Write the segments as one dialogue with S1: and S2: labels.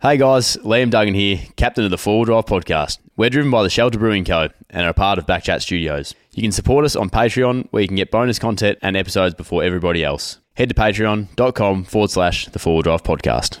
S1: Hey guys, Liam Duggan here, captain of the Four Wheel Drive podcast. We're driven by the Shelter Brewing Co. and are a part of Backchat Studios. You can support us on Patreon, where you can get bonus content and episodes before everybody else. Head to patreon.com forward slash the Four Wheel Drive podcast.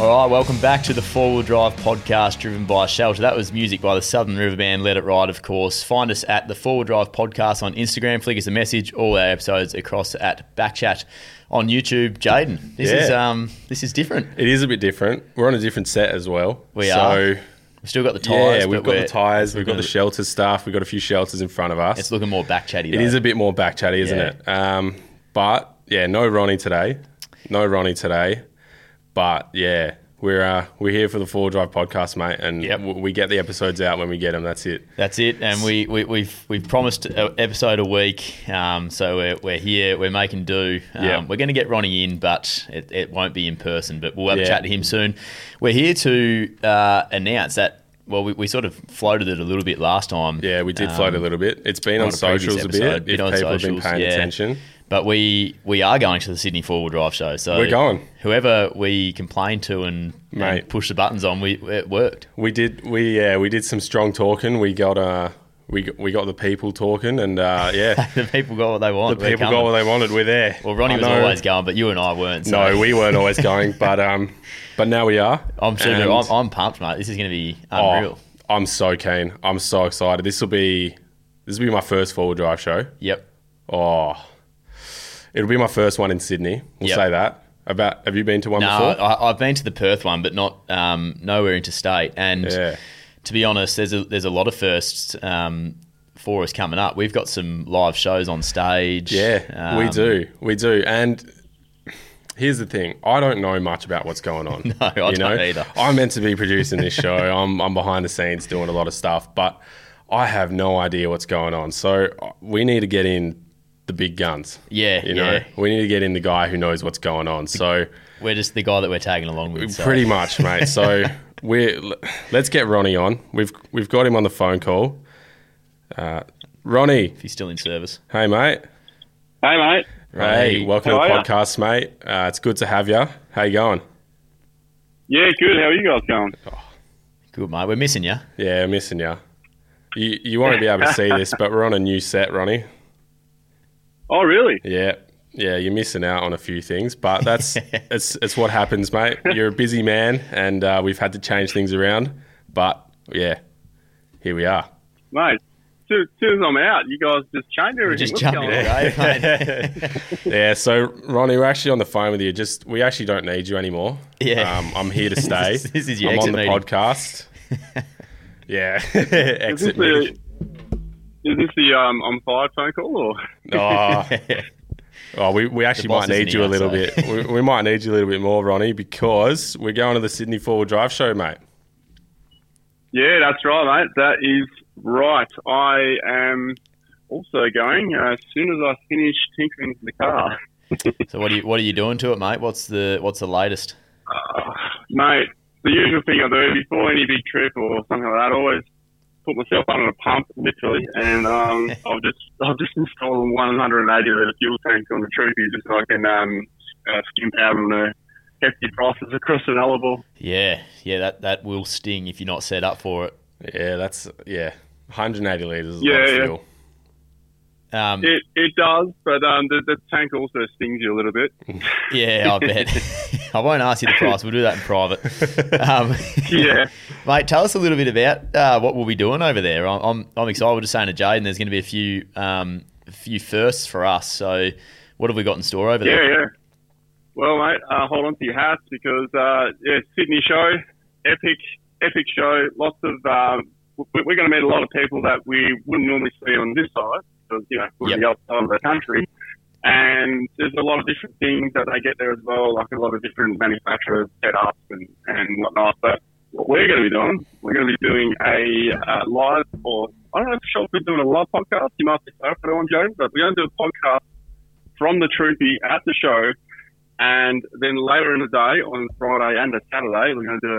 S1: All right, welcome back to the Four Wheel Drive podcast driven by Shelter. That was music by the Southern River Band, Let It Ride, of course. Find us at the Four Wheel Drive podcast on Instagram, flick us a message, all our episodes across at Backchat on YouTube. Jaden, this is
S2: Yeah.
S1: um this is different.
S2: It is a bit different. We're on a different set as well.
S1: We
S2: so,
S1: are. We've still got the tires.
S2: yeah, we've
S1: but
S2: got
S1: we're-
S2: the tires. We've got the
S1: looking-
S2: shelter stuff. We've got a few shelters in front of us.
S1: It's looking more back chatty.
S2: It is a bit more back chatty, isn't
S1: Yeah.
S2: it? Um, but yeah, no Ronnie today. No Ronnie today. But yeah, we're uh, we're here for the Four Drive podcast, mate, and
S1: Yep.
S2: w- we get the episodes out when we get them. That's it.
S1: That's it, and we, we we've we've promised an episode a week, um, so we're, we're here, we're making do. Um,
S2: Yeah.
S1: We're going to get Ronnie in, but it, it won't be in person. But we'll have a
S2: Yeah.
S1: chat to him soon. We're here to uh, announce that. Well, we, we sort of floated it a little bit last time.
S2: Yeah, we did
S1: um,
S2: float a little bit. It's been on,
S1: a previous
S2: socials a
S1: episode,
S2: bit. If
S1: on
S2: people
S1: socials,
S2: have been paying
S1: yeah.
S2: attention,
S1: But we we are going to the Sydney Four Wheel Drive show, so
S2: We're going.
S1: Whoever we complained to and, and
S2: Mate.
S1: push the buttons on, we it worked.
S2: we did. We yeah, we did some strong talking. We got uh, we got- we got the people talking, and uh, yeah.
S1: The people got what they want.
S2: The
S1: We're
S2: people got
S1: coming.
S2: what they wanted. We're there.
S1: Well, Ronnie
S2: I
S1: was
S2: know-
S1: always going, but you and I weren't. So.
S2: No, we weren't always going, but um, but now we are.
S1: I'm super.
S2: And-
S1: I'm, I'm pumped, mate. This is going to be
S2: oh,
S1: unreal.
S2: I'm so keen. I'm so excited. This will be this will be my first four wheel drive show.
S1: Yep.
S2: Oh, it'll be my first one in Sydney. We'll
S1: Yep.
S2: say that. About have you been to one
S1: No,
S2: before?
S1: I, I've been to the Perth one, but not um, nowhere interstate. And
S2: Yeah.
S1: to be honest, there's a there's a lot of firsts um, for us coming up. We've got some live shows on stage.
S2: yeah, we
S1: Um,
S2: do, we do, and. Here's the thing. I don't know much about what's going on. no,
S1: I don't either.
S2: I'm meant to be producing this show. I'm, I'm behind the scenes doing a lot of stuff, but I have no idea what's going on. So uh, we need to get in the big guns.
S1: Yeah,
S2: You know,
S1: yeah.
S2: we need to get in the guy who knows what's going on. So
S1: We're just the guy that we're tagging along with. so-
S2: pretty much, mate. So we are let's get Ronnie on. We've we've got him on the phone call. Uh, Ronnie,
S1: If he's still in service.
S2: hey mate.
S3: Hey, mate.
S2: Hey, welcome
S3: How
S2: to the
S3: are ya?
S2: podcast, mate. Uh, it's good to have you. How you going?
S3: Yeah, good. How are you guys going?
S1: Good mate. We're missing you.
S2: Yeah, missing you. You you won't be able to see this, but we're on a new set, Ronnie.
S3: Oh, really?
S2: Yeah. Yeah, you're missing out on a few things, but that's it's it's what happens, mate. You're a busy man, and uh, we've had to change things around. But yeah, here we are.
S3: Mate, soon, soon as I'm out, you guys just change everything.
S1: Just
S3: What's
S1: jumping
S3: going on?
S1: away, mate.
S2: Yeah, so Ronnie, we're actually on the phone with you. Just we actually don't need you anymore.
S1: Yeah.
S2: um, I'm here to stay.
S1: This is- this is your
S2: I'm on
S1: exit
S2: the
S1: meeting.
S2: podcast. yeah,
S3: Is this
S2: exit
S3: the,
S2: meeting.
S3: is this the um, on fire phone call? Or
S2: Oh, oh we, we actually
S1: boss
S2: might
S1: isn't
S2: need you
S1: here,
S2: a little
S1: so-
S2: bit. We, we might need you a little bit more, Ronnie, because we're going to the Sydney Forward Drive Show, mate.
S3: Yeah, that's right, mate. That is right. I am also going uh, as soon as I finish tinkering to the car.
S1: so what are you what are you doing to it, mate? What's the what's the latest?
S3: Mate, the usual thing I do before any big trip or something like that, I always put myself under a pump, literally, and um, I'll just I'll just install a 180 litre fuel tank on the Troopy just so I can um, uh, skimp out on the hefty prices across the Nullarbor.
S1: Yeah, yeah. That that will sting if you're not set up for it.
S2: Yeah, that's yeah, 180 liters. Is a
S3: Yeah,
S2: lot of
S3: yeah.
S2: fuel.
S1: Um,
S3: It, it does, but um, the, the tank also stings you a little bit.
S1: Yeah, I bet. I won't ask you the price. We'll do that in private. Um,
S3: Yeah.
S1: Mate, tell us a little bit about uh, what we'll be doing over there. I'm, I'm, I'm excited. We're just saying to Jaden, there's going to be a few um, few firsts for us. So, what have we got in store over
S3: Yeah,
S1: there?
S3: yeah. Well, mate, uh, hold on to your hats because uh, yeah, Sydney show, epic, epic show. Lots of um, we- we're going to meet a lot of people that we wouldn't normally see on this side because you know we're
S1: Yep.
S3: the other side of the country. And there's a lot of different things that they get there as well, like a lot of different manufacturers setups and and whatnot. But what we're going to be doing, we're going to be doing a uh, live or I don't know if sure if we're doing a live podcast. You might be sorry for that one, James, but we're going to do a podcast from the Troopy at the show. And then later in the day, on Friday and a Saturday, we're going to do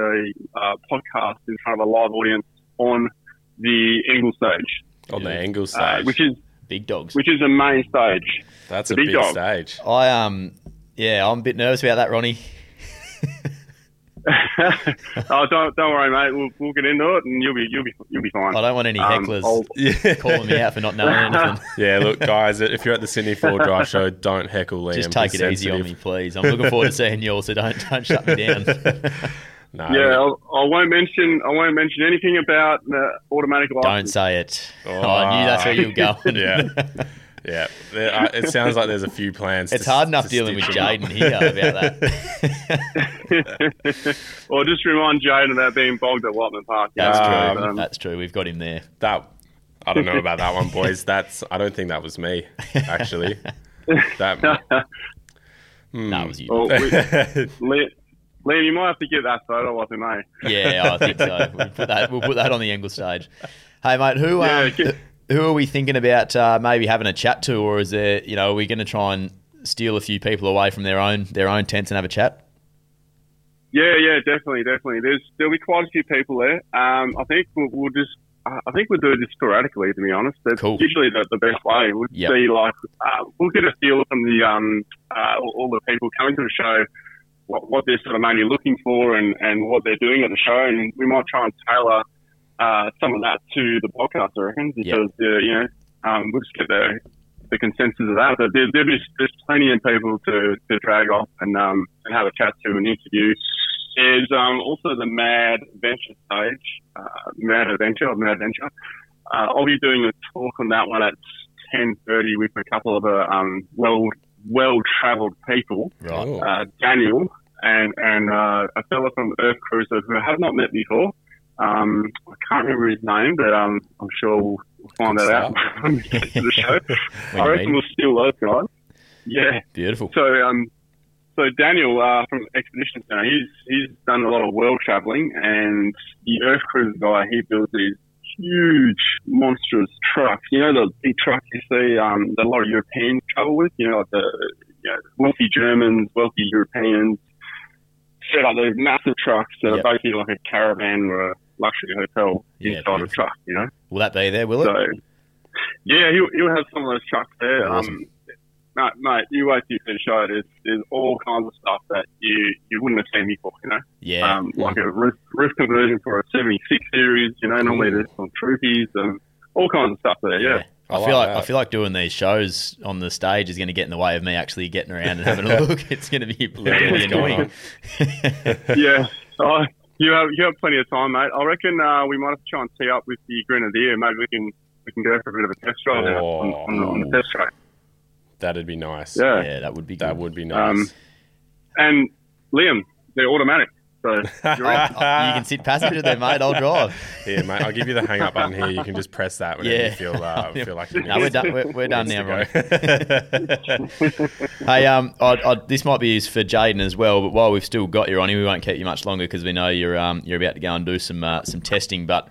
S3: a uh, podcast in front of a live audience on the Eagle stage,
S2: on the angle stage.
S3: uh, which is
S1: Big dogs.
S3: which is the main stage.
S2: That's
S3: the
S2: a
S3: big
S2: big
S3: dog.
S2: stage.
S1: I um, yeah, I'm a bit nervous about that, Ronnie.
S3: oh, don't don't worry, mate. We'll, we'll get into it, and you'll be you'll be you'll be fine.
S1: I don't want any
S3: Um,
S1: hecklers
S3: I'll-
S2: Yeah.
S1: calling me out for not knowing anything.
S2: Yeah, look, guys, if you're at the Sydney Four Drive Show, don't heckle Liam.
S1: Just take
S2: He's
S1: it easy on me,
S2: sensitive.
S1: please. I'm looking forward to seeing you all, so don't don't shut me down.
S2: No,
S3: yeah, I'll, I won't mention I won't mention anything about the automatic
S1: don't
S3: license.
S1: say it. Oh, I knew that's where you were going.
S2: yeah, yeah. There- I- It sounds like there's a few plans.
S1: It's
S2: to-
S1: hard enough
S2: to
S1: dealing with
S2: stitch him up.
S1: Jaden here about that.
S3: Or just remind Jaden about being bogged at Watman Park.
S1: That's
S2: Um,
S1: true. That's true. We've got him there.
S2: That I don't know about that one, boys. That's I don't think that was me actually. That
S3: Hmm.
S1: That was you.
S3: Well, oh, we, Liam, Liam, you might have to get that photo of him, eh?
S1: Yeah, I think so. We'll put that, we'll put that on the angle stage. Hey, mate, who um,
S3: Yeah,
S1: who
S3: get-
S1: who are we thinking about uh, maybe having a chat to, or is there you know are we going to try and steal a few people away from their own their own tents and have a chat?
S3: Yeah, yeah, definitely, definitely. There's there'll be quite a few people there. Um, I think we'll, we'll just, I I think we'll do it just sporadically, to be honest. That's
S1: Cool.
S3: usually the, the best way. We'll
S1: Yep.
S3: see, like, uh, we'll get a feel from the um, uh, all all the people coming to the show, what, what they're sort of mainly looking for and, and what they're doing at the show, and we might try and tailor uh, some of that to the podcast, I reckon, because uh, you know um, we'll just get the the consensus of that. But there, there is there's plenty of people to, to drag off and um, and have a chat to and interview. There's um, also the Mad Adventure stage, uh, Mad Adventure or Mad Adventure. Uh, I'll be doing a talk on that one at 10:30 with a couple of uh, um, well well travelled people
S1: Right.
S2: Ooh.
S3: uh, Daniel and and uh, a fellow from Earth Cruiser who I have not met before. Um, I can't remember his name, but um, I'm sure we'll find
S2: Good
S3: that out when we get to the show.
S1: When
S3: I
S1: you
S3: reckon
S1: meet.
S3: we'll steal those guys. Yeah.
S1: Beautiful.
S3: So um, so Daniel uh, from Expedition Center, he's he's done a lot of world traveling, and the Earth Cruiser guy, he builds these huge, monstrous trucks. You know those big trucks you see um, that a lot of Europeans travel with. You know, like the you know, wealthy Germans, wealthy Europeans set up these massive trucks that
S1: Yep.
S3: are basically like a caravan or a luxury hotel
S1: Yeah,
S3: inside a
S1: beautiful.
S3: truck. You know.
S1: Will that be there? Will it?
S3: So, yeah, he'll, he'll have some of those trucks there.
S1: Awesome.
S3: Um, mate, mate, you wait till you finish show. There's, there's all kinds of stuff that you, you wouldn't have seen before, you know?
S1: yeah.
S3: Um, like a roof, roof conversion for a 76 series, you know, normally there's some troopies and all kinds of stuff there, yeah.
S1: I,
S2: I
S1: feel like
S2: like
S1: I
S2: that.
S1: feel like doing these shows on the stage is going to get in the way of me actually getting around and having a look. It's going to be really
S2: what's going
S1: annoying.
S3: yeah. Oh, you have you have plenty of time, mate. I reckon uh, we might have to try and tee up with the Grenadier. Maybe we can we can go for a bit of a test drive there on, on, on the test track.
S2: That'd be nice.
S3: Yeah.
S1: Yeah, that would be good.
S2: That would be nice.
S3: Um, And Liam, they're automatic. So you're
S1: Oh,
S3: up.
S1: you can sit passenger there, mate. I'll drive.
S2: Here, mate, I'll give you the hang up button here. You can just press that whenever
S1: Yeah.
S2: you feel, uh, feel like you
S1: No, we're
S2: need
S1: done. We're, we're done
S2: to
S1: now,
S2: go.
S1: Ronnie. Hey, um, i i this might be used for Jaden as well. But while we've still got you, Ronnie, we won't keep you much longer because we know you're um, you're about to go and do some uh, some testing. But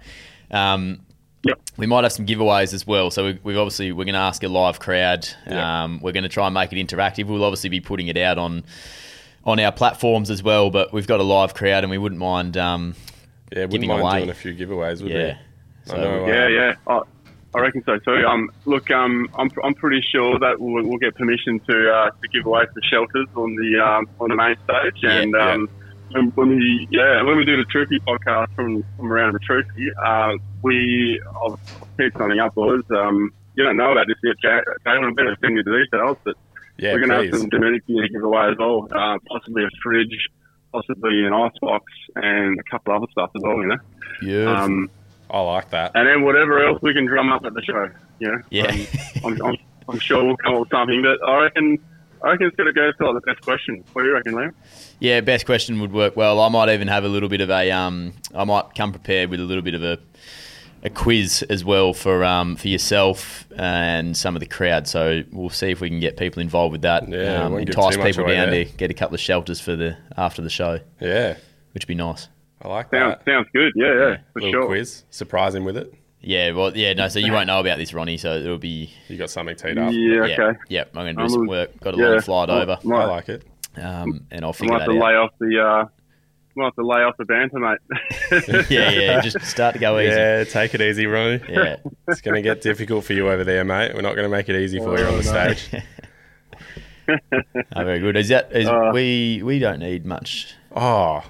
S1: um,
S3: Yep.
S1: we might have some giveaways as well. So we, we've obviously we're going to ask a live crowd. Um, we're going to try and make it interactive. We'll obviously be putting it out on on our platforms as well. But we've got a live crowd, and we wouldn't mind. Um,
S2: Yeah, wouldn't
S1: Giving
S2: mind
S1: away.
S2: doing a few giveaways, would
S1: yeah,
S2: we? I know,
S3: Yeah,
S2: uh,
S3: yeah. I, I reckon so too. Um, look, um, I'm, I'm pretty sure that we'll, we'll get permission to uh, to give away some shelters on the um, on the main stage,
S1: Yeah,
S3: and
S2: yeah.
S3: um, when, when we yeah when we do the Troopy podcast from, from around the Troopy, uh, we I'll pick something up, boys. Um, you don't know about this yet, Jack. Jalen, better send you the details, but
S2: Yeah,
S3: we're going to
S2: please.
S3: have some Dominican to give away as well. Uh, possibly a fridge, possibly an icebox and a couple other stuff as well, you know.
S1: Beautiful.
S3: Um,
S2: I like that.
S3: and then whatever else we can drum up at the show, you know. Um,
S1: yeah.
S3: I'm, I'm, I'm sure we'll come up with something, but I reckon I reckon it's going to go for like the best question. What do you reckon, Liam?
S1: Yeah, best question would work well. I might even have a little bit of a um, I might come prepared with a little bit of a a quiz as well for um, for yourself and some of the crowd. So we'll see if we can get people involved with that.
S2: Yeah,
S1: um,
S2: won't give
S1: entice
S2: too much
S1: people
S2: away eh?
S1: down
S2: there.
S1: to get a couple of shelters for the after the show,
S2: Yeah,
S1: which would be nice.
S2: I like
S3: Sounds
S2: that.
S3: sounds good. Yeah, yeah, for
S2: Little
S3: sure.
S2: quiz. Surprise him with it.
S1: Yeah, well, yeah, no. So you won't know about this, Ronnie. So it'll be
S2: You got something teed up.
S3: Yeah,
S1: yeah,
S3: okay.
S1: yeah. I'm going to do
S3: I'm
S1: some
S3: a-
S1: work. Got a
S3: yeah,
S1: long flight
S3: I-
S1: over,
S2: I
S3: Might,
S2: like it.
S1: um, and I'll
S3: I
S1: figure
S3: might
S1: that
S3: have to
S1: out.
S3: lay off the. Uh, might have to lay off the banter, mate.
S1: yeah, yeah. Just start to go easy. Yeah.
S2: Yeah, take it easy, Ronnie. It's going to get difficult for you over there, mate. We're not going to make it easy for you on the stage.
S1: Oh, very good. Is that is,
S3: Uh,
S1: we we don't need much
S2: Oh,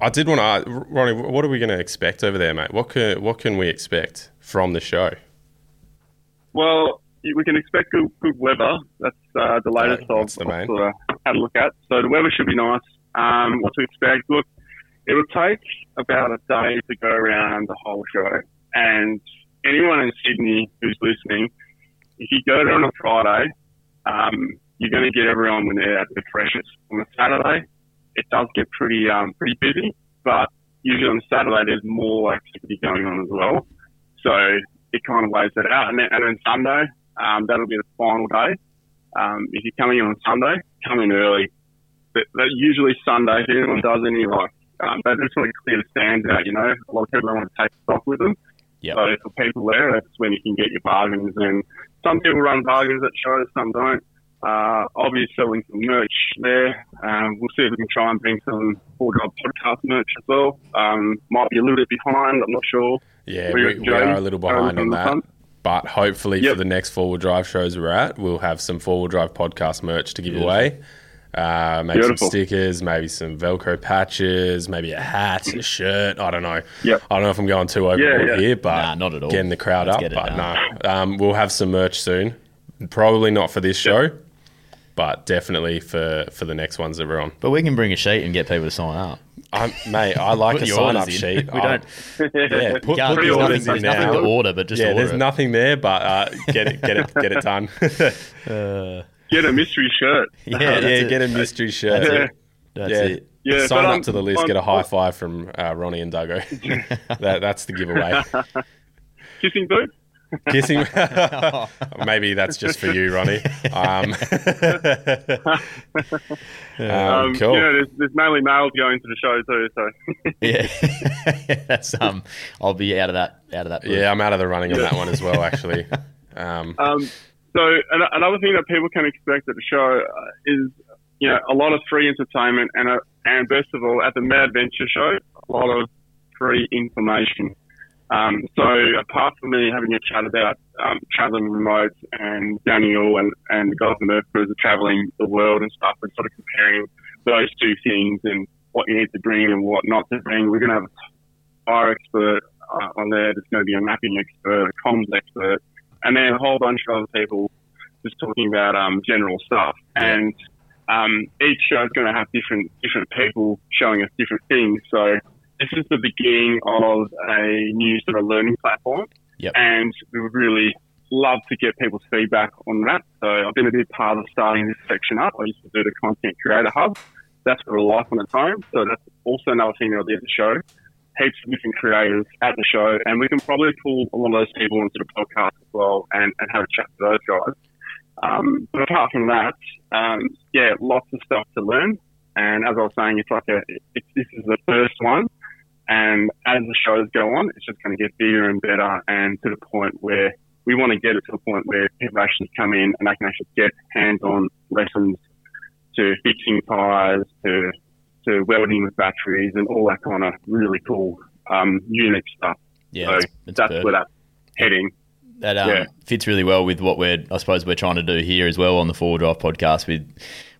S2: I did want to ask, Ronnie, what are we going to expect over there, mate? What can, what can we expect from the show?
S3: well, we can expect good, good weather. That's uh, the latest
S2: Yeah,
S3: I've
S2: that's the main.
S3: sort of had a look at. So the weather should be nice. Um, what to expect? Look, it'll take about a day to go around the whole show. And anyone in Sydney who's listening, if you go there on a Friday, um, you're going to get everyone when they're at their freshest. On a Saturday, it does get pretty um, pretty busy, but usually on a Saturday there's more activity going on as well. So it kind of weighs that out. And then, and then Sunday, um, that'll be the final day. Um, if you're coming in on Sunday, come in early. But, but usually Sunday, if anyone does any like, um, they just want to clear the stands out, you know. A lot of people don't want to take stock with them.
S1: Yep.
S3: So for people there, that's when you can get your bargains. And some people run bargains at shows, some don't. Uh, I'll be selling some merch there. Um, we'll see if we can try and bring some Four Job podcast merch as well. Um, might be a little bit behind, I'm not sure.
S2: Yeah,
S3: We
S2: we,
S3: got
S2: we are
S3: Joey
S2: a little
S3: coming
S2: behind
S3: from
S2: on
S3: the
S2: that.
S3: front.
S2: But hopefully
S3: Yep.
S2: for the next four-wheel drive shows we're at, we'll have some four-wheel drive podcast merch to give away. Uh, maybe
S3: Beautiful.
S2: some stickers, maybe some Velcro patches, maybe a hat, a shirt. I don't know.
S3: Yep.
S2: I don't know if I'm going too overboard
S3: yeah.
S2: here, but
S1: Nah, not at all.
S2: Getting the crowd
S1: Let's
S2: up,
S1: get it
S2: but no. Um, we'll have some merch soon. Probably not for this show, but definitely for for the next ones that we're on.
S1: But we can bring a sheet and get people to sign up.
S2: i mate, I like
S1: Put
S2: a
S1: your
S2: sign up
S1: orders in.
S2: sheet.
S1: We
S2: I-
S1: don't-
S2: Yeah,
S1: Can't-
S2: put, put the
S1: there's
S2: orders
S1: nothing,
S2: in
S1: there's
S2: now.
S1: nothing to order, but just
S2: yeah,
S1: order
S2: there's
S1: it.
S2: nothing there, but uh, get it, get it, get it done.
S3: Get a mystery shirt.
S1: Yeah,
S2: yeah,
S1: that's it.
S2: get a mystery shirt.
S1: That's it.
S2: Yeah,
S1: That's it.
S3: Yeah,
S2: sign
S3: but
S2: up
S3: I'm-
S2: to the list.
S3: I'm-
S2: get a high five from uh, Ronnie and Duggo. that, that's the giveaway.
S3: Kissing booth?
S2: Kissing. Maybe that's just for you, Ronnie. Um, um, cool.
S3: You know, there's, there's mainly males going to the show too, so
S1: Yeah, that's um. I'll be out of that. Out of that. booth.
S2: Yeah, I'm out of the running on that one as well, actually. Um,
S3: Um, so an- another thing that people can expect at the show uh, is, you know, a lot of free entertainment and, a, and best of all, at the Mad Adventure show, a lot of free information. Um, so apart from me having a chat about um, traveling remote and Daniel and, and the guys in Earth Cruiser traveling the world and stuff and sort of comparing those two things and what you need to bring and what not to bring, we're going to have a fire expert uh, on there. There's going to be a mapping expert, a comms expert, and then a whole bunch of other people just talking about um, general stuff. And um, each show is going to have different different people showing us different things. So this is the beginning of a new sort of learning platform.
S1: Yep.
S3: And we would really love to get people's feedback on that. So I've been a big part of starting this section up. I used to do the Content Creator Hub. That's for a life on its own. So that's also another thing that'll be at the show heaps of different creators at the show, and we can probably pull a lot of those people into the podcast as well and, and have a chat to those guys. Um, but apart from that, um, yeah, lots of stuff to learn. And as I was saying, it's like a, it, this is the first one, and as the shows go on, it's just going to get bigger and better, and to the point where we want to get it to the point where people actually come in and they can actually get hands-on lessons to fixing tires, to to welding with batteries and all that kind of really cool um, Unix stuff.
S1: yeah.
S3: so
S1: that's- that's
S3: that's,
S1: perfect.
S3: where that's heading.
S1: that um,
S3: Yeah.
S1: fits really well with what we're I suppose we're trying to do here as well on the Four Drive podcast with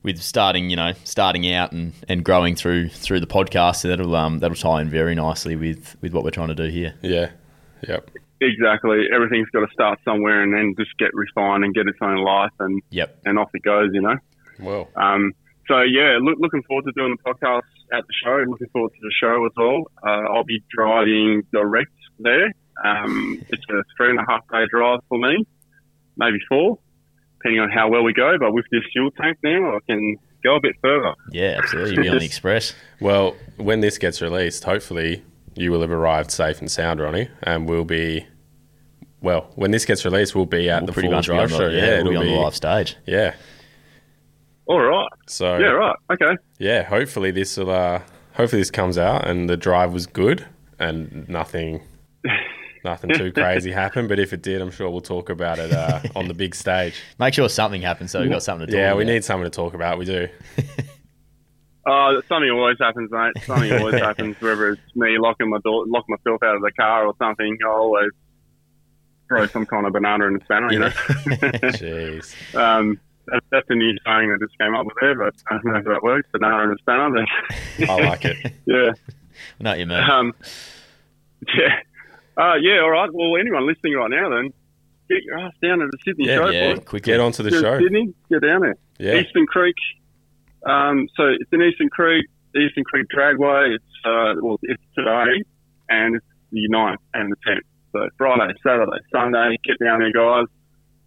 S1: with starting you know starting out and, and growing through through the podcast so that'll um that'll tie in very nicely with with what we're trying to do here.
S2: yeah, yep.
S3: Exactly. Everything's got to start somewhere and then just get refined and get its own life and,
S1: Yep.
S3: and off it goes, you know?
S2: Well,
S3: Um, so yeah, look, looking forward to doing the podcast at the show. Looking forward to the show as well. Uh, I'll be driving direct there. Um, it's a three and a half day drive for me, maybe four, depending on how well we go. But with this fuel tank now, I can go a bit further.
S1: Yeah, absolutely. You'll be on the express.
S2: Well, when this gets released, hopefully you will have arrived safe and sound, Ronnie, and we'll be. Well, when this gets released, we'll be at
S1: We'll
S2: the
S1: pretty
S2: full
S1: much be on
S2: drive
S1: the,
S2: show.
S1: yeah, we'll be on the live stage.
S2: yeah.
S3: All right.
S2: So
S3: Oh, Yeah, right. Okay.
S2: yeah, hopefully this will. Uh, hopefully this comes out and the drive was good and nothing, nothing too crazy happened. But if it did, I'm sure we'll talk about it uh, on the big stage.
S1: Make sure something happens so we've got something to talk
S2: Yeah,
S1: about.
S2: we need something to talk about. We do.
S3: Uh, something always happens, mate. Something always happens. Whether it's me locking my door, locking myself out of the car or something, I always throw some kind of banana in the spanner. You know,
S2: Jeez.
S3: um, that, that's a new saying that just came up with there, but I don't know if that works. Banana in the spanner,
S2: I like it. Uh,
S3: but yeah.
S1: No, you mean.
S3: Um, yeah. Uh, yeah, all right. Well, anyone listening right now, then, get your ass down to the Sydney
S2: Yeah,
S3: show,
S1: yeah,
S3: boys.
S1: quickly.
S2: Get onto the
S3: If you're
S2: show.
S3: in Sydney, get down there.
S2: Yeah.
S3: Eastern Creek. Um, so it's in Eastern Creek, Eastern Creek Dragway. It's, uh, well, it's today, and it's the 9th and the 10th. So Friday, Saturday, Sunday, get down there, guys.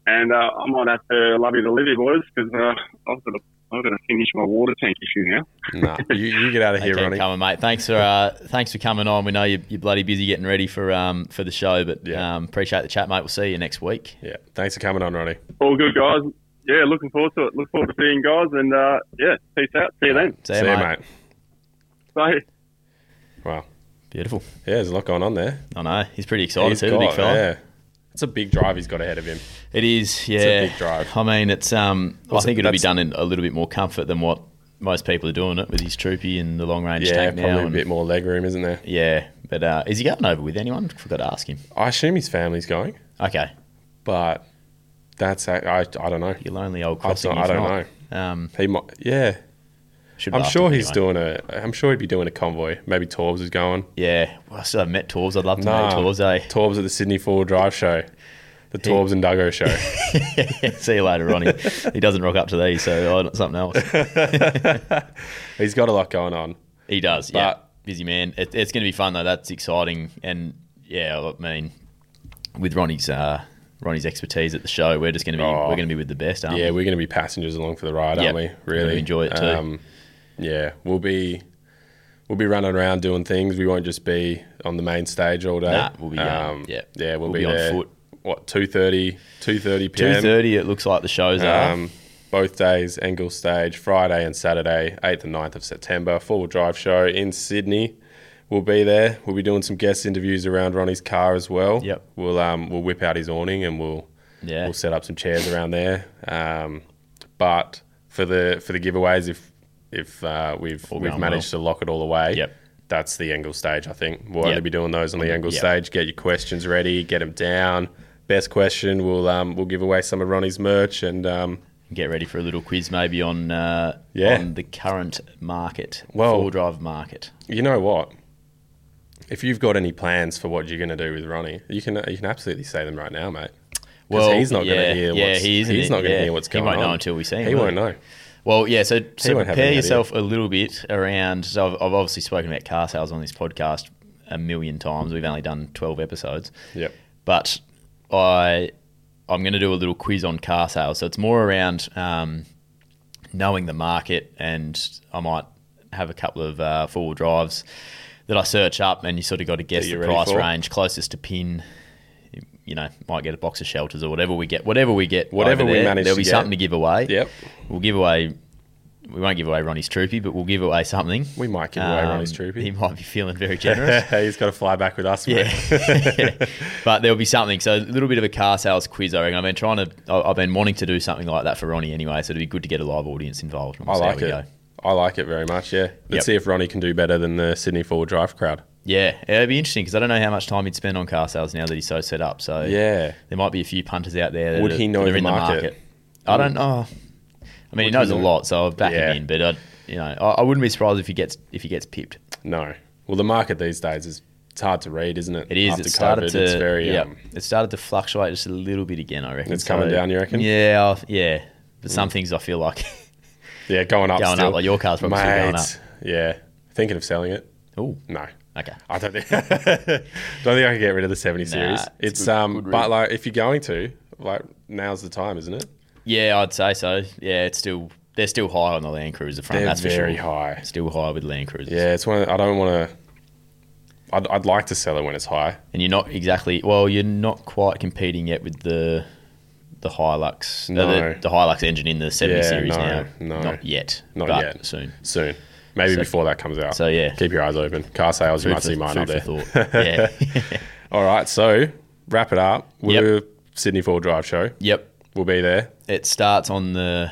S3: And uh, I might have to love you to live you, boys, because uh, I've got to, I've got to finish my water tank issue now.
S2: Nah, you, you get out of
S1: They
S2: here,
S1: keep
S2: Ronnie.
S1: coming, mate. Thanks for uh, thanks for coming on. We know you're, you're bloody busy getting ready for um for the show, but
S2: Yeah.
S1: um, appreciate the chat, mate. We'll see you next week.
S2: Yeah. Thanks for coming on, Ronnie.
S3: All good, guys. Yeah, looking forward to it. Look forward to seeing you guys, and uh, yeah, peace out. See you then.
S1: See,
S2: See
S1: you, mate.
S2: mate.
S3: Bye.
S2: Wow.
S1: Beautiful.
S2: Yeah, there's a lot going on there.
S1: I know he's pretty excited
S2: He's
S1: too, the big
S2: got-
S1: fella.
S2: Yeah. It's a big drive he's got ahead of him.
S1: It is, yeah.
S2: a big drive.
S1: I mean, it's um. I
S2: What's
S1: think
S2: it-
S1: it'll be
S2: that's-
S1: done in a little bit more comfort than what most people are doing it with his troopy and the long range
S2: Yeah,
S1: tank now.
S2: probably a
S1: and-
S2: bit more leg room, isn't there?
S1: Yeah, but uh, is he going over with anyone? Forgot to ask him.
S2: I assume his family's going,
S1: Okay,
S2: but that's a- I, I don't know.
S1: your lonely old
S2: I
S1: crossing.
S2: don't- I
S1: if
S2: don't
S1: not. Um,
S2: He might, yeah.
S1: should have
S2: I'm
S1: asked
S2: sure
S1: him
S2: he's
S1: anyway.
S2: doing a. I'm sure he'd be doing a convoy. Maybe Torbs is going.
S1: Yeah, well, I still haven't met Torbs. I'd love to
S2: Nah,
S1: meet Torbs. Eh?
S2: Torbs at the Sydney Four Drive Show, the Torbs and Duggo Show.
S1: See you later, Ronnie. he doesn't rock up to these, so oh, something else.
S2: he's got a lot going on.
S1: He does, yeah.
S2: But-
S1: Busy man. It, it's going to be fun though. That's exciting, and yeah, I mean, with Ronnie's uh, Ronnie's expertise at the show, we're just going to be
S2: Oh.
S1: we're going to be with the best, aren't
S2: Yeah,
S1: we?
S2: we're going to be passengers along for the ride, aren't
S1: Um, Yep.
S2: we?
S1: We're gonna
S2: Really Um,
S1: enjoy it too.
S2: yeah, we'll be we'll be running around doing things. We won't just be on the main stage all day.
S1: Nah, we'll be, um, yeah.
S2: yeah, we'll,
S1: We'll
S2: be,
S1: be on
S2: there,
S1: foot.
S2: What 2.30 2.30
S1: Two
S2: p.m.
S1: thirty. It looks like the shows are.
S2: Um, both days, Engel Stage, Friday and Saturday, 8th and 9th of September, four wheel drive show in Sydney. We'll be there. We'll be doing some guest interviews around Ronnie's car as well.
S1: Yep.
S2: We'll um, we'll whip out his awning and we'll
S1: Yeah.
S2: we'll set up some chairs around there. Um, but for the for the giveaways, if if uh, we've
S1: All
S2: we've
S1: going
S2: managed to lock it all away,
S1: Yep.
S2: that's the Engel stage. I think we'll only
S1: Yep.
S2: be doing those on the Engel
S1: Yep.
S2: stage. Get your questions ready. Get them down. Best question, we'll um, we'll give away some of Ronnie's merch and um,
S1: Get ready for a little quiz, maybe on uh,
S2: Yeah.
S1: on the current market,
S2: Well-
S1: four drive market.
S2: you know what? If you've got any plans for what you're going to do with Ronnie, you can you can absolutely say them right now, mate. 'Cause he's not going
S1: yeah,
S2: to hear.
S1: Yeah,
S2: what's,
S1: he isn't
S2: He's
S1: it?
S2: not going to
S1: Yeah.
S2: hear what's going
S1: He
S2: on.
S1: won't know until we see him.
S2: He
S1: will
S2: won't know.
S1: Well, yeah. So, so
S2: won't have any
S1: prepare
S2: idea.
S1: yourself a little bit around. So I've, I've obviously spoken about car sales on this podcast a million times. We've only done twelve episodes,
S2: Yep.
S1: but I I'm going to do a little quiz on car sales. So it's more around um, knowing the market, and I might have a couple of uh, four wheel drives that I search up, and you sort of got to guess
S2: That you're
S1: the
S2: ready
S1: price
S2: for.
S1: range closest to pin. You know, might get a box of shelters or whatever we get. Whatever we get,
S2: Whatever
S1: over
S2: we
S1: there,
S2: manage
S1: there'll
S2: to
S1: be
S2: get.
S1: something to give away.
S2: Yep.
S1: we'll give away. We won't give away Ronnie's troopy, but we'll give away something.
S2: We might give away Ronnie's
S1: Um,
S2: troopy.
S1: He might be feeling very generous.
S2: he's got to fly back with us. mate.
S1: Yeah. but there'll be something. So a little bit of a car sales quiz, I reckon. I've been trying to, I- I've been wanting to do something like that for Ronnie anyway. So it'd be good to get a live audience involved. and
S2: I
S1: we'll see how
S2: like
S1: we
S2: it.
S1: go.
S2: I like it very much. Yeah. Let's
S1: Yep.
S2: see if Ronnie can do better than the Sydney four drive crowd.
S1: Yeah, it'd be interesting because I don't know how much time he'd spend on car sales now that he's so set up. So
S2: Yeah.
S1: there might be a few punters out there. That
S2: Would
S1: are,
S2: he know
S1: that are
S2: the
S1: in
S2: market?
S1: the market? I don't know. I mean, he knows
S2: he
S1: a
S2: know?
S1: lot, so I'll back
S2: Yeah.
S1: him in. But I, you know, I, I wouldn't be surprised if he gets if he gets pipped.
S2: No. Well, the market these days is it's hard to read, isn't it?
S1: It is.
S2: After
S1: it started
S2: COVID,
S1: to.
S2: it's very.
S1: yeah,
S2: Um,
S1: it started to fluctuate just a little bit again. I reckon
S2: It's coming down, you reckon? Mm.
S1: Yeah, I- yeah. But some things I feel like
S2: yeah, going up.
S1: Going up,
S2: still.
S1: like your car's probably still going
S2: Mate, Yeah. Thinking of selling it?
S1: Ooh.
S2: No.
S1: Okay.
S2: I don't think. don't think I can get rid of the seventy series.
S1: it's a
S2: It's,
S1: good-
S2: um,
S1: good rig.
S2: but like if you're going to, like now's the time, isn't it?
S1: Yeah, I'd say so. Yeah, it's still they're still high on the Land Cruiser front.
S2: They're
S1: that's
S2: very
S1: for sure.
S2: high.
S1: Still high with Land Cruisers.
S2: Yeah, it's one. Of, I don't want to. I'd, I'd like to sell it when it's high.
S1: and you're not exactly well. You're not quite competing yet with the the Hilux, uh,
S2: No.
S1: the, the Hilux engine in the 70
S2: Yeah,
S1: series
S2: no,
S1: now.
S2: no.
S1: not yet.
S2: Not
S1: but
S2: yet.
S1: Soon.
S2: Soon, maybe before that comes out.
S1: so, yeah.
S2: keep your eyes open. Car sales, you might see mine up there.
S1: thought. Yeah.
S2: All right, so wrap it up. We're
S1: Yep.
S2: Sydney Four Drive Show.
S1: yep.
S2: We'll be there
S1: It starts on the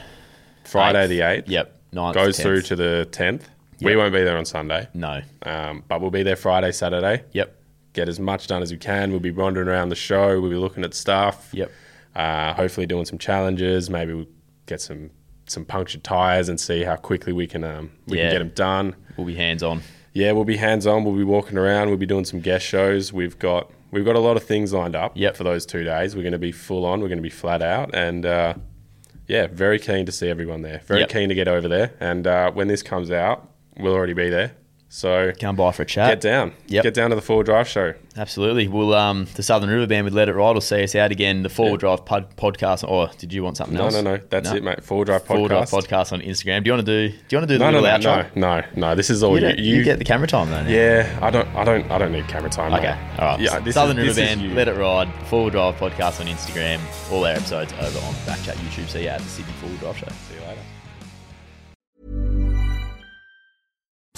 S2: Friday
S1: Eighth.
S2: the eighth.
S1: Yep. 9th,
S2: Goes
S1: 10th.
S2: through to the tenth. We
S1: Yep. Mm.
S2: won't be there on Sunday,
S1: no.
S2: um, but we'll be there Friday, Saturday.
S1: Yep.
S2: Get as much done as we can. We'll be wandering around the show. We'll be looking at stuff.
S1: Yep.
S2: Uh, hopefully, doing some challenges. Maybe we'll get some some punctured tires and see how quickly we can um, we
S1: Yeah.
S2: can get them done.
S1: We'll be hands on.
S2: Yeah, we'll be hands on. We'll be walking around. We'll be doing some guest shows. We've got we've got a lot of things lined up.
S1: Yep.
S2: for those two days, we're going to be full on. We're going to be flat out, and uh, yeah, very keen to see everyone there. Very
S1: Yep.
S2: keen to get over there. And uh, when this comes out, we'll already be there. So
S1: Come by for a chat.
S2: get down.
S1: Yep.
S2: Get down to the four drive show.
S1: Absolutely. Well, um, the Southern River Band with Let It Ride will see us out again. The Forward Drive pod- podcast. Or did you want something
S2: No,
S1: else?
S2: no, no. That's it, mate. Four drive podcast.
S1: Forward Drive podcast on Instagram. Do you want to do? Do you want to do the
S2: no, no,
S1: little
S2: no,
S1: outro?
S2: no, no, no. This is all
S1: You,
S2: you.
S1: don't- you get the camera time though. now.
S2: yeah, I don't, I don't, I don't need camera time.
S1: Okay.
S2: mate.
S1: All right.
S2: Yeah, this
S1: Southern
S2: is,
S1: River
S2: this is
S1: Band.
S2: you.
S1: Let It Ride. Forward Drive podcast on Instagram. All our episodes over on Backchat YouTube. So yeah, at the Sydney Forward Drive Show.
S2: See you later.